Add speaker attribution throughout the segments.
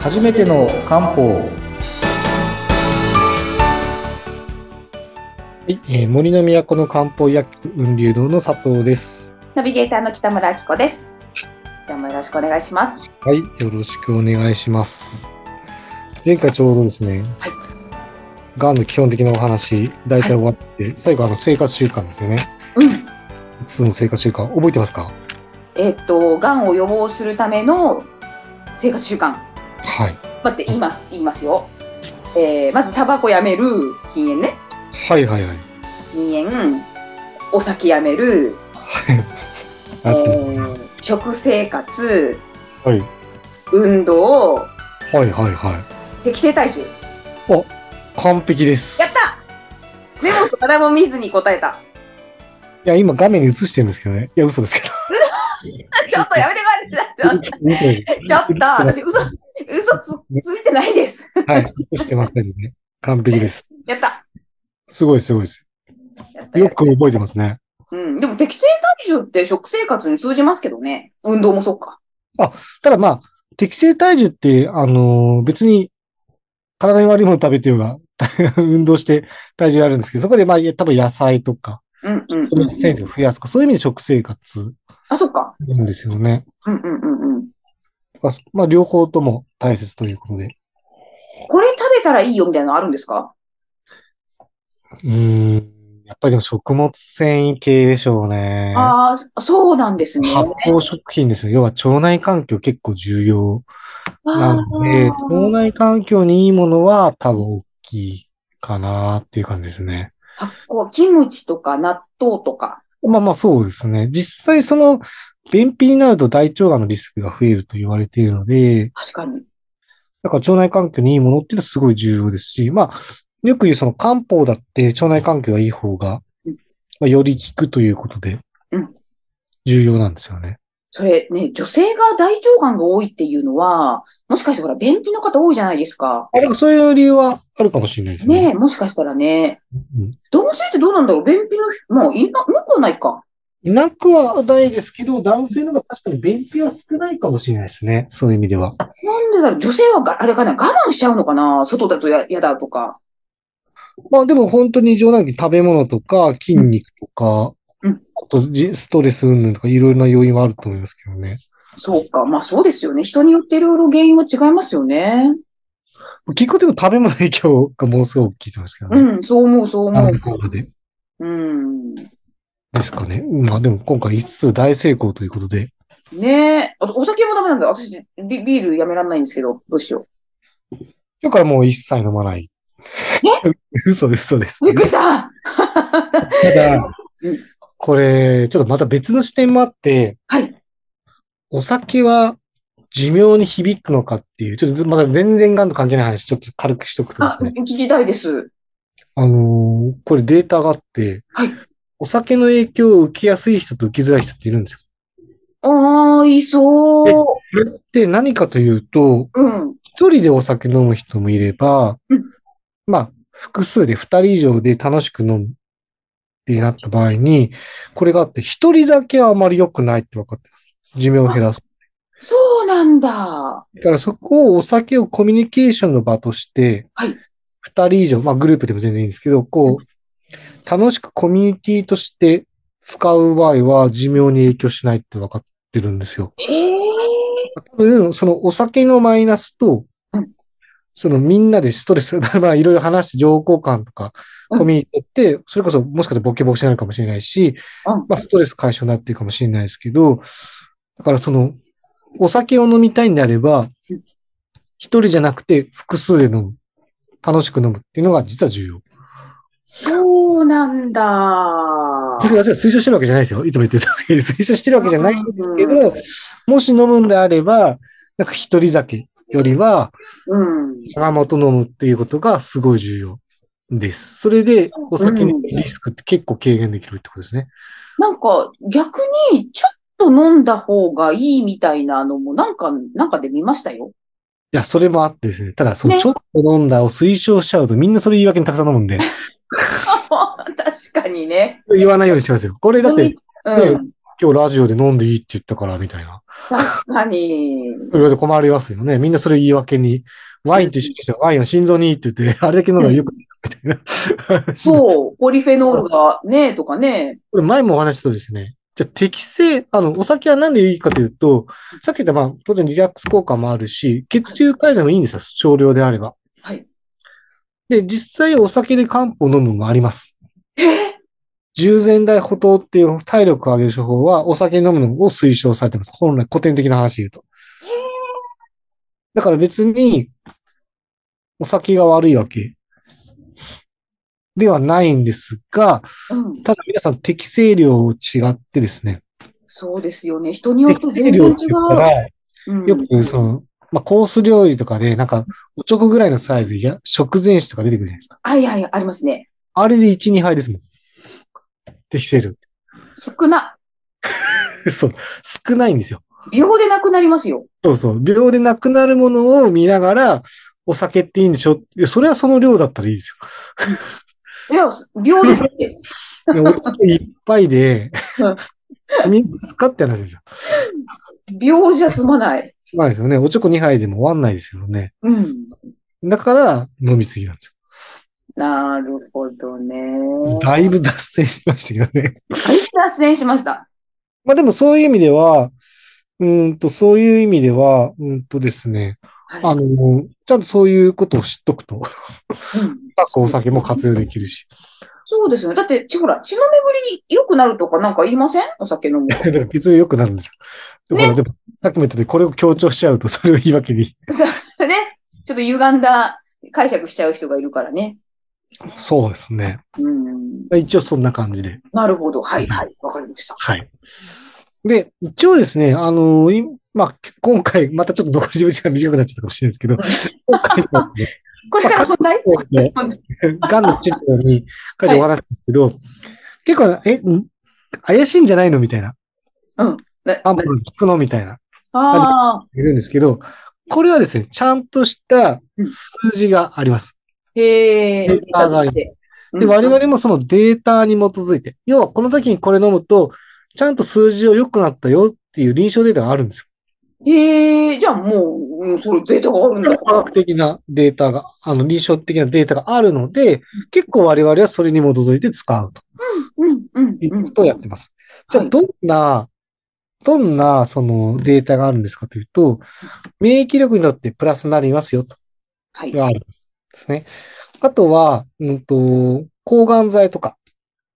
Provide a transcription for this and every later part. Speaker 1: 初めての漢方
Speaker 2: はい、えー森の都の漢方薬局雲流堂の佐藤です。
Speaker 3: ナビゲーターの北村明子です。今日もよろしくお願いします。
Speaker 2: はい、よろしくお願いします。前回ちょうどですね、
Speaker 3: はい
Speaker 2: がんの基本的なお話、大体終わって、最後あの生活習慣ですよね。
Speaker 3: うん。
Speaker 2: 5つの生活習慣、覚えてますか
Speaker 3: えーっと、がんを予防するための生活習慣。
Speaker 2: はい。
Speaker 3: 待って、言います。言いますよ。えーまず、タバコやめる。禁煙ね。
Speaker 2: はいはいはい。
Speaker 3: 禁煙。お酒やめる。
Speaker 2: あ
Speaker 3: え
Speaker 2: ってます
Speaker 3: ー食生活。
Speaker 2: はい。
Speaker 3: 運動。
Speaker 2: はいはいはい。
Speaker 3: 適正体重。やっ
Speaker 2: 完璧です。
Speaker 3: たメモとかも見ずに答えた。
Speaker 2: いや、今画面に映してるんですけどね。いや、嘘ですけ
Speaker 3: ちょっとやめてくだ
Speaker 2: ど
Speaker 3: さ。い。
Speaker 2: 嘘です。
Speaker 3: ちょっと、私、嘘、嘘つ、ついてないです。
Speaker 2: はい。映してませんね。完璧です。
Speaker 3: やった。
Speaker 2: すごいすごいです。
Speaker 3: やった
Speaker 2: よく覚えてますね。
Speaker 3: うん、でも適正体重って食生活に通じますけどね。運動もそうか。
Speaker 2: ただまあ、適正体重って、あのー別に、体に悪いもの食べてようが、 運動して体重があるんですけど、そこでまあ、いや多分野菜とか、
Speaker 3: うんうん、。
Speaker 2: そうういうん繊維を増やすとか、そういう意味で食生活
Speaker 3: あ、そっか。
Speaker 2: なんですよね。
Speaker 3: うんうんうんうん。
Speaker 2: まあまあ、両方とも大切ということで。
Speaker 3: これ食べたらいいよみたいなのあるんですか
Speaker 2: うーん。やっぱりでも食物繊維系でしょうね。
Speaker 3: ああ、そうなんですね。
Speaker 2: 発酵食品ですよ。要は腸内環境結構重要なので、
Speaker 3: あー
Speaker 2: 腸内環境にいいものは多分大きいかなっていう感じですね。
Speaker 3: 発酵、キムチとか納豆とか。
Speaker 2: まあまあそうですね。実際その便秘になると大腸がんのリスクが増えると言われているので、
Speaker 3: 確かに。
Speaker 2: だから腸内環境にいいものっていうのはすごい重要ですし、まあ、よく言うその漢方だって腸内環境がいい方が
Speaker 3: うん、
Speaker 2: まあ、より効くということで
Speaker 3: うん、
Speaker 2: 重要なんですよね。
Speaker 3: それね、女性が大腸がんが多いっていうのは、もしかしてほら、便秘の方多いじゃないですか。
Speaker 2: あだからそういう理由はあるかもしれないですね。
Speaker 3: ねえ、もしかしたらね。
Speaker 2: うん
Speaker 3: 男性ってどうなんだろう便秘の人、まあ、いな、なくはないか。
Speaker 2: いなくはないですけど、男性の方が確かに便秘は少ないかもしれないですね。そういう意味では。
Speaker 3: なんでだろう女性はが、あれかな我慢しちゃうのかな外だとややだとか。
Speaker 2: まあでも本当に異常なのに食べ物とか筋肉とか、
Speaker 3: うん
Speaker 2: あとじストレス云々とかいろいろな要因はあると思いますけどね。
Speaker 3: そうか。まあそうですよね。人によっていろいろ原因は違いますよね。
Speaker 2: 結構でも食べ物の影響がものすごく大きいと思いますけどね。
Speaker 3: うん、そう思う、そう
Speaker 2: あ
Speaker 3: 思
Speaker 2: の
Speaker 3: う。
Speaker 2: ところで。
Speaker 3: うん。
Speaker 2: ですかね。まあでも今回5つ大成功ということで。
Speaker 3: ねえ。あと、お酒もダメなんだ。私、ビビールやめられないんですけど、どうしよ
Speaker 2: 今日からもう一切飲まない。 嘘です、嘘です
Speaker 3: う。。びっくりした
Speaker 2: ただ
Speaker 3: うん、
Speaker 2: これ、ちょっとまた別の視点もあって、
Speaker 3: はい。
Speaker 2: お酒は寿命に響くのかっていう、ちょっとまだ全然がんと関係ない話、ちょっと軽くしとくとで
Speaker 3: あ、
Speaker 2: すね。
Speaker 3: 聞きたいです。
Speaker 2: あのーこれデータがあって、
Speaker 3: はい
Speaker 2: お酒の影響を受けやすい人と受けづらい人っているんですよ。
Speaker 3: ああ、いそう。
Speaker 2: これって何かというと、
Speaker 3: うん。
Speaker 2: 一人でお酒飲む人もいれば、
Speaker 3: うん
Speaker 2: まあ、複数で二人以上で楽しく飲むってなった場合に、これがあって、一人だけはあまり良くないって分かってます。寿命を減らす。
Speaker 3: そうなんだ。
Speaker 2: だからそこをお酒をコミュニケーションの場として、
Speaker 3: はい
Speaker 2: 二人以上、まあグループでも全然いいんですけど、こう、楽しくコミュニティとして使う場合は寿命に影響しないって分かってるんですよ。
Speaker 3: ええ
Speaker 2: 多分、そのお酒のマイナスと
Speaker 3: うん、
Speaker 2: そのみんなでストレス、 まあいろいろ話して情報交換とか、
Speaker 3: うん
Speaker 2: コミュニティって、それこそもしかしたらボケボケになるかもしれないし、
Speaker 3: うん
Speaker 2: まあストレス解消になってるかもしれないですけど、だからその、お酒を飲みたいんであれば
Speaker 3: うん、
Speaker 2: 一人じゃなくて複数で飲む。楽しく飲むっていうのが実は重要。
Speaker 3: そうなんだ。
Speaker 2: それは推奨してるわけじゃないですよ。いつも言ってたように推奨してるわけじゃないんですけ
Speaker 3: う
Speaker 2: ど、もし飲むんであれば、なんか一人酒よりは、
Speaker 3: うん。
Speaker 2: 仲間と飲むっていうことがすごい重要です。それで、お酒のリスクって結構軽減できるってことですね。
Speaker 3: なんか逆にちょっと飲んだ方がいいみたいなのもなんか、なんかで見ましたよ。
Speaker 2: いや、それもあってですね。ただ、その
Speaker 3: ね
Speaker 2: ちょっと飲んだを推奨しちゃうと、みんなそれ言い訳にたくさん飲むんで、
Speaker 3: 確かにね。
Speaker 2: 言わないようにしてますよ。これだって、
Speaker 3: うん。
Speaker 2: 今日ラジオで飲んでいいって言ったから、みたいな。
Speaker 3: 確かに。
Speaker 2: いろいろ困りますよね。みんなそれ言い訳に。ワインと一緒にしてワインは心臓にいいって言って、あれだけ飲んだらよくないみたいな。
Speaker 3: そう、ポリフェノールがね、とかね。
Speaker 2: これ前もお話ししたとですね、じゃあ適正、あの、お酒は何でいいかというと、さっき言ったまあ、当然リラックス効果もあるし、血中改善もいいんですよ、少量であれば。
Speaker 3: はい。
Speaker 2: で、実際お酒で漢方を飲むのもあります。
Speaker 3: え
Speaker 2: 従前大補糖っていう体力を上げる処方は、お酒飲むのを推奨されてます。本来古典的な話で言うと。だから別に、お酒が悪いわけではないんですが、
Speaker 3: うん、
Speaker 2: ただ皆さん適正量を違ってですね、
Speaker 3: そうですよね。人によって
Speaker 2: 適正
Speaker 3: 全
Speaker 2: 量
Speaker 3: 然違
Speaker 2: って言ったら、
Speaker 3: う。うん
Speaker 2: よくその、まあ、コース料理とかで、なんか、おちょこぐらいのサイズや、食前酒とか出てくるじゃないですか。
Speaker 3: あ、いやいや、ありますね。
Speaker 2: あれで1、2杯ですもん。適正量。
Speaker 3: 少な。
Speaker 2: そう。少ないんですよ。
Speaker 3: 秒でなくなりますよ。
Speaker 2: そうそう。秒でなくなるものを見ながら、お酒っていいんでしょいやそれはその量だったらいいです
Speaker 3: いや、秒ですって。
Speaker 2: よ。でおちょこいっぱいで、済み ますかって話ですよ。
Speaker 3: 秒じゃ済まない。
Speaker 2: まあですよね。おちょこ2杯でも終わんないですよね。
Speaker 3: うん。
Speaker 2: だから、飲みすぎなんです
Speaker 3: なるほどね。
Speaker 2: よ。だいぶ脱線しましたけどね。
Speaker 3: はい、脱線しました。
Speaker 2: まあでもそういう意味では、うーんと、そういう意味では、うーんとですね、あ
Speaker 3: はい
Speaker 2: の、ちゃんとそういうことを知っとくと、う
Speaker 3: うん
Speaker 2: ま くお酒も活用できるし。
Speaker 3: そうですよね。だって、ちほら、血の巡りに良くなるとかなんか言いませんお酒飲 むと。
Speaker 2: だから血流良くなるんですよ。でも、でもさっきも言ったように、これを強調しちゃうと、それを言い訳に。
Speaker 3: そうね。ちょっと歪んだ解釈しちゃう人がいるからね。
Speaker 2: そうですね。
Speaker 3: うん。
Speaker 2: 一応そんな感じで。
Speaker 3: なるほど。はい、はい。わかりました。
Speaker 2: はい。で、一応ですね、あの、いまあ、今回、またちょっと残り時間が短くなっちゃったかもしれないですけど、今回のね、
Speaker 3: これから本題
Speaker 2: そう ですね。がんの治療に、会社お話したんですけど、結構、え、ん怪しいんじゃないのみたいな。
Speaker 3: ね
Speaker 2: アンプル聞くのみたいな。
Speaker 3: ああ、
Speaker 2: いるんですけど、これはですね、ちゃんとした数字があります。
Speaker 3: へえ。
Speaker 2: データがあります
Speaker 3: うん
Speaker 2: で、我々もそのデータに基づいて、要はこの時にこれ飲むと、ちゃんと数字を良くなったよっていう臨床データがあるんですよ。
Speaker 3: へえ、じゃあもう、うん、それデータがあるんだ
Speaker 2: 科学的なデータが、あの臨床的なデータがあるので、結構我々はそれに基づいて使うと。
Speaker 3: うん、うん、。
Speaker 2: いううんことをやってます。じゃあ、
Speaker 3: はい
Speaker 2: どんな、どんな、その、データがあるんですかというと、免疫力にとってプラスになりますよ、と
Speaker 3: はい。
Speaker 2: があるんです。ですね。あとは、うんと、抗がん剤とか、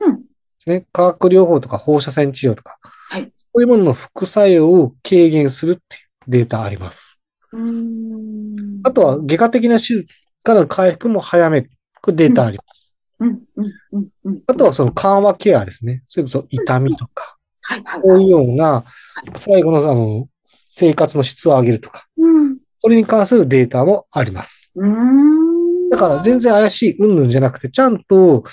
Speaker 3: うん。
Speaker 2: ね、化学療法とか放射線治療とか、
Speaker 3: はい
Speaker 2: そういうものの副作用を軽減するっていうデータあります。
Speaker 3: うーん
Speaker 2: あとは、、外科的な手術からの回復も早める。これデータあります。
Speaker 3: うん、うん、うん、うん。
Speaker 2: あとは、その緩和ケアですね。それこそ痛みとか、
Speaker 3: はい、はい
Speaker 2: こう
Speaker 3: はいい。
Speaker 2: うような、最後の、あの、生活の質を上げるとか、
Speaker 3: うん。
Speaker 2: それに関するデータもあります。
Speaker 3: うーん。
Speaker 2: だから、全然怪しい、うんぬんじゃなくて、ちゃんと、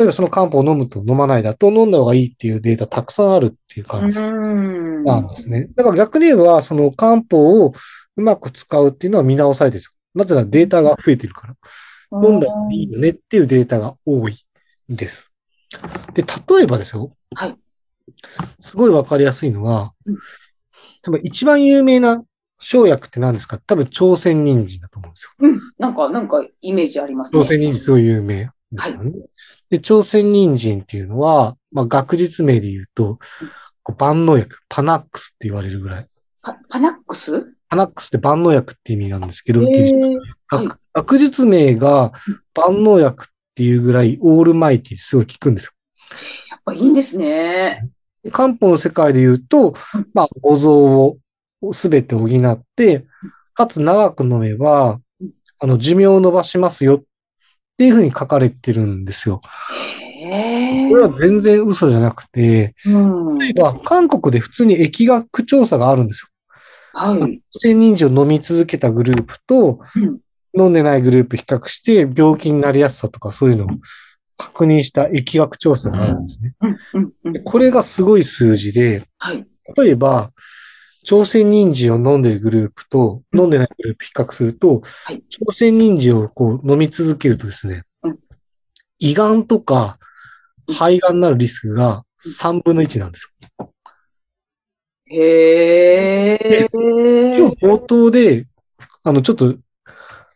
Speaker 2: 例えばその漢方を飲むと飲まないだと飲んだ方がいいっていうデータたくさんあるっていう感じ
Speaker 3: うん。
Speaker 2: なんですね。だから逆に言えば、その漢方をうまく使うっていうのは見直されてる。なぜならデータが増えてるから。飲んだ方がいいよねっていうデータが多いんです。で、例えばですよ。
Speaker 3: はい。
Speaker 2: すごいわかりやすいのは
Speaker 3: うん、
Speaker 2: 多分一番有名な生薬って何ですか多分朝鮮人参だと思うんですよ。
Speaker 3: うん。なんか、なんか、イメージありますね。
Speaker 2: 朝鮮人参すごい有名ですよね。で、朝鮮人参っていうのは、まあ学術名で言うと、こう万能薬、パナックスって言われるぐらい。
Speaker 3: パパナックス
Speaker 2: パナックスって万能薬って意味なんですけど、
Speaker 3: へーはい
Speaker 2: 学学術名が万能薬っていうぐらいオールマイティすごい効くんですよ。
Speaker 3: やっぱいいんですね。
Speaker 2: 漢方の世界で言うと、まあ、五臓をすべて補って、かつ長く飲めば、あの、寿命を伸ばしますよっていうふうに書かれてるんですよ。
Speaker 3: へえ
Speaker 2: こ。れは全然嘘じゃなくて、
Speaker 3: うん。
Speaker 2: 例えば韓国で普通に疫学調査があるんですよ。
Speaker 3: はい。
Speaker 2: 千人参を飲み続けたグループと
Speaker 3: うん、
Speaker 2: 飲んでないグループ比較して、病気になりやすさとかそういうのを確認した疫学調査があるんですね。
Speaker 3: うん、うん、うん。
Speaker 2: これがすごい数字で、
Speaker 3: はい。
Speaker 2: 例えば、朝鮮人参を飲んでるグループと、飲んでないグループ比較すると
Speaker 3: い、
Speaker 2: 朝鮮人参をこう飲み続けるとですね
Speaker 3: うん、
Speaker 2: 胃がんとか肺がんになるリスクが3分の1なんですよ。
Speaker 3: へえ。
Speaker 2: 今日冒頭で、あの、ちょっと、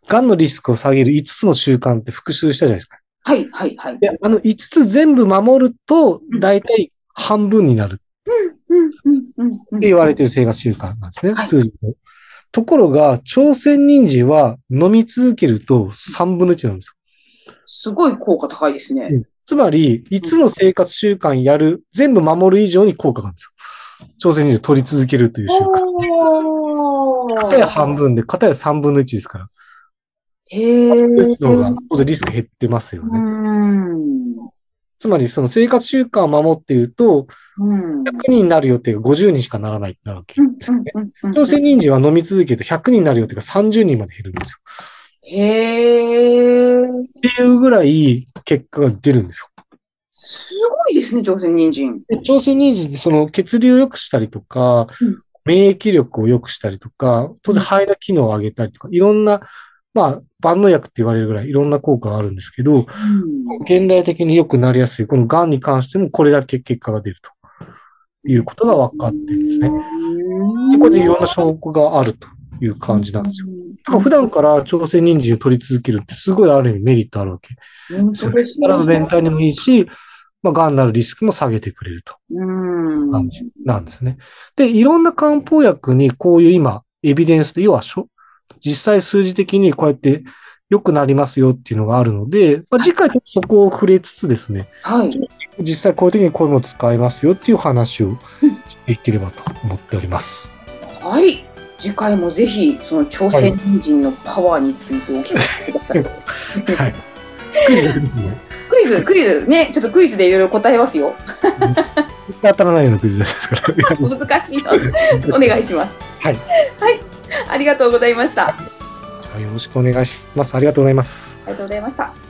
Speaker 2: 癌のリスクを下げる5つの習慣って復習したじゃないですか。
Speaker 3: はい、はい、はい。
Speaker 2: で、あの5つ全部守ると、だいたい半分になる
Speaker 3: うん、うん、うん、うん。
Speaker 2: って言われてる生活習慣なんですね、
Speaker 3: はい
Speaker 2: 数字のところが、朝鮮人参は飲み続けると3分の1なんですよ。
Speaker 3: すごい効果高いですね。
Speaker 2: つまり、5つの生活習慣やる、全部守る以上に効果があるんですよ。朝鮮人参を取り続けるという習慣。
Speaker 3: おー
Speaker 2: 片や半分で、片や3分の1ですから。
Speaker 3: へえ。
Speaker 2: そういうのが、当然リスク減ってますよ
Speaker 3: う
Speaker 2: ね。
Speaker 3: ん。
Speaker 2: つまり、その生活習慣を守っていると、
Speaker 3: うん。
Speaker 2: 100人になる予定が50人しかならないってなるわけ。朝鮮
Speaker 3: に。
Speaker 2: 人参は飲み続けると100人になる予定が30人まで減るんですよ。
Speaker 3: へえ。
Speaker 2: っていうぐらい結果が出るんですよ。
Speaker 3: すごいですね、朝鮮人参。
Speaker 2: で朝鮮人参ってその血流を良くしたりとか
Speaker 3: うん、
Speaker 2: 免疫力を良くしたりとか、当然肺の機能を上げたりとか、いろんな、まあ、万能薬って言われるぐらいいろんな効果があるんですけど、
Speaker 3: うん
Speaker 2: 現代的に良くなりやすい、この癌に関してもこれだけ結果が出るということが分かってるんですね。
Speaker 3: うん
Speaker 2: でこれでいろんな証拠があるという感じなんですよ。だから普段から朝鮮人参を取り続けるってすごいある意味メリットあるわけ。
Speaker 3: 本当ですね。
Speaker 2: 体全体にもいいし、まあ、癌になるリスクも下げてくれると。
Speaker 3: うん。
Speaker 2: 感じなんですね。で、いろんな漢方薬にこういう今、エビデンスで、要はしょ、実際数字的にこうやって良くなりますよっていうのがあるので、まあ、次回ちょっとそこを触れつつですね、
Speaker 3: はい。
Speaker 2: 実際こういう時にこういうのを使いますよっていう話をしていければと思っております。
Speaker 3: はい。次回もぜひ、その朝鮮人参のパワーについてお聞かせください。
Speaker 2: はい。クイズですね。
Speaker 3: クイズ、クイズ、ね、ちょっとクイズでいろいろ答えますよ。
Speaker 2: 絶対当たらないようなクイズですから。
Speaker 3: 難しいよ。お願いします。
Speaker 2: はい
Speaker 3: はい。ありがとうございました。あ
Speaker 2: はいよろしくお願いします。ありがとうございます。
Speaker 3: りがとうございました。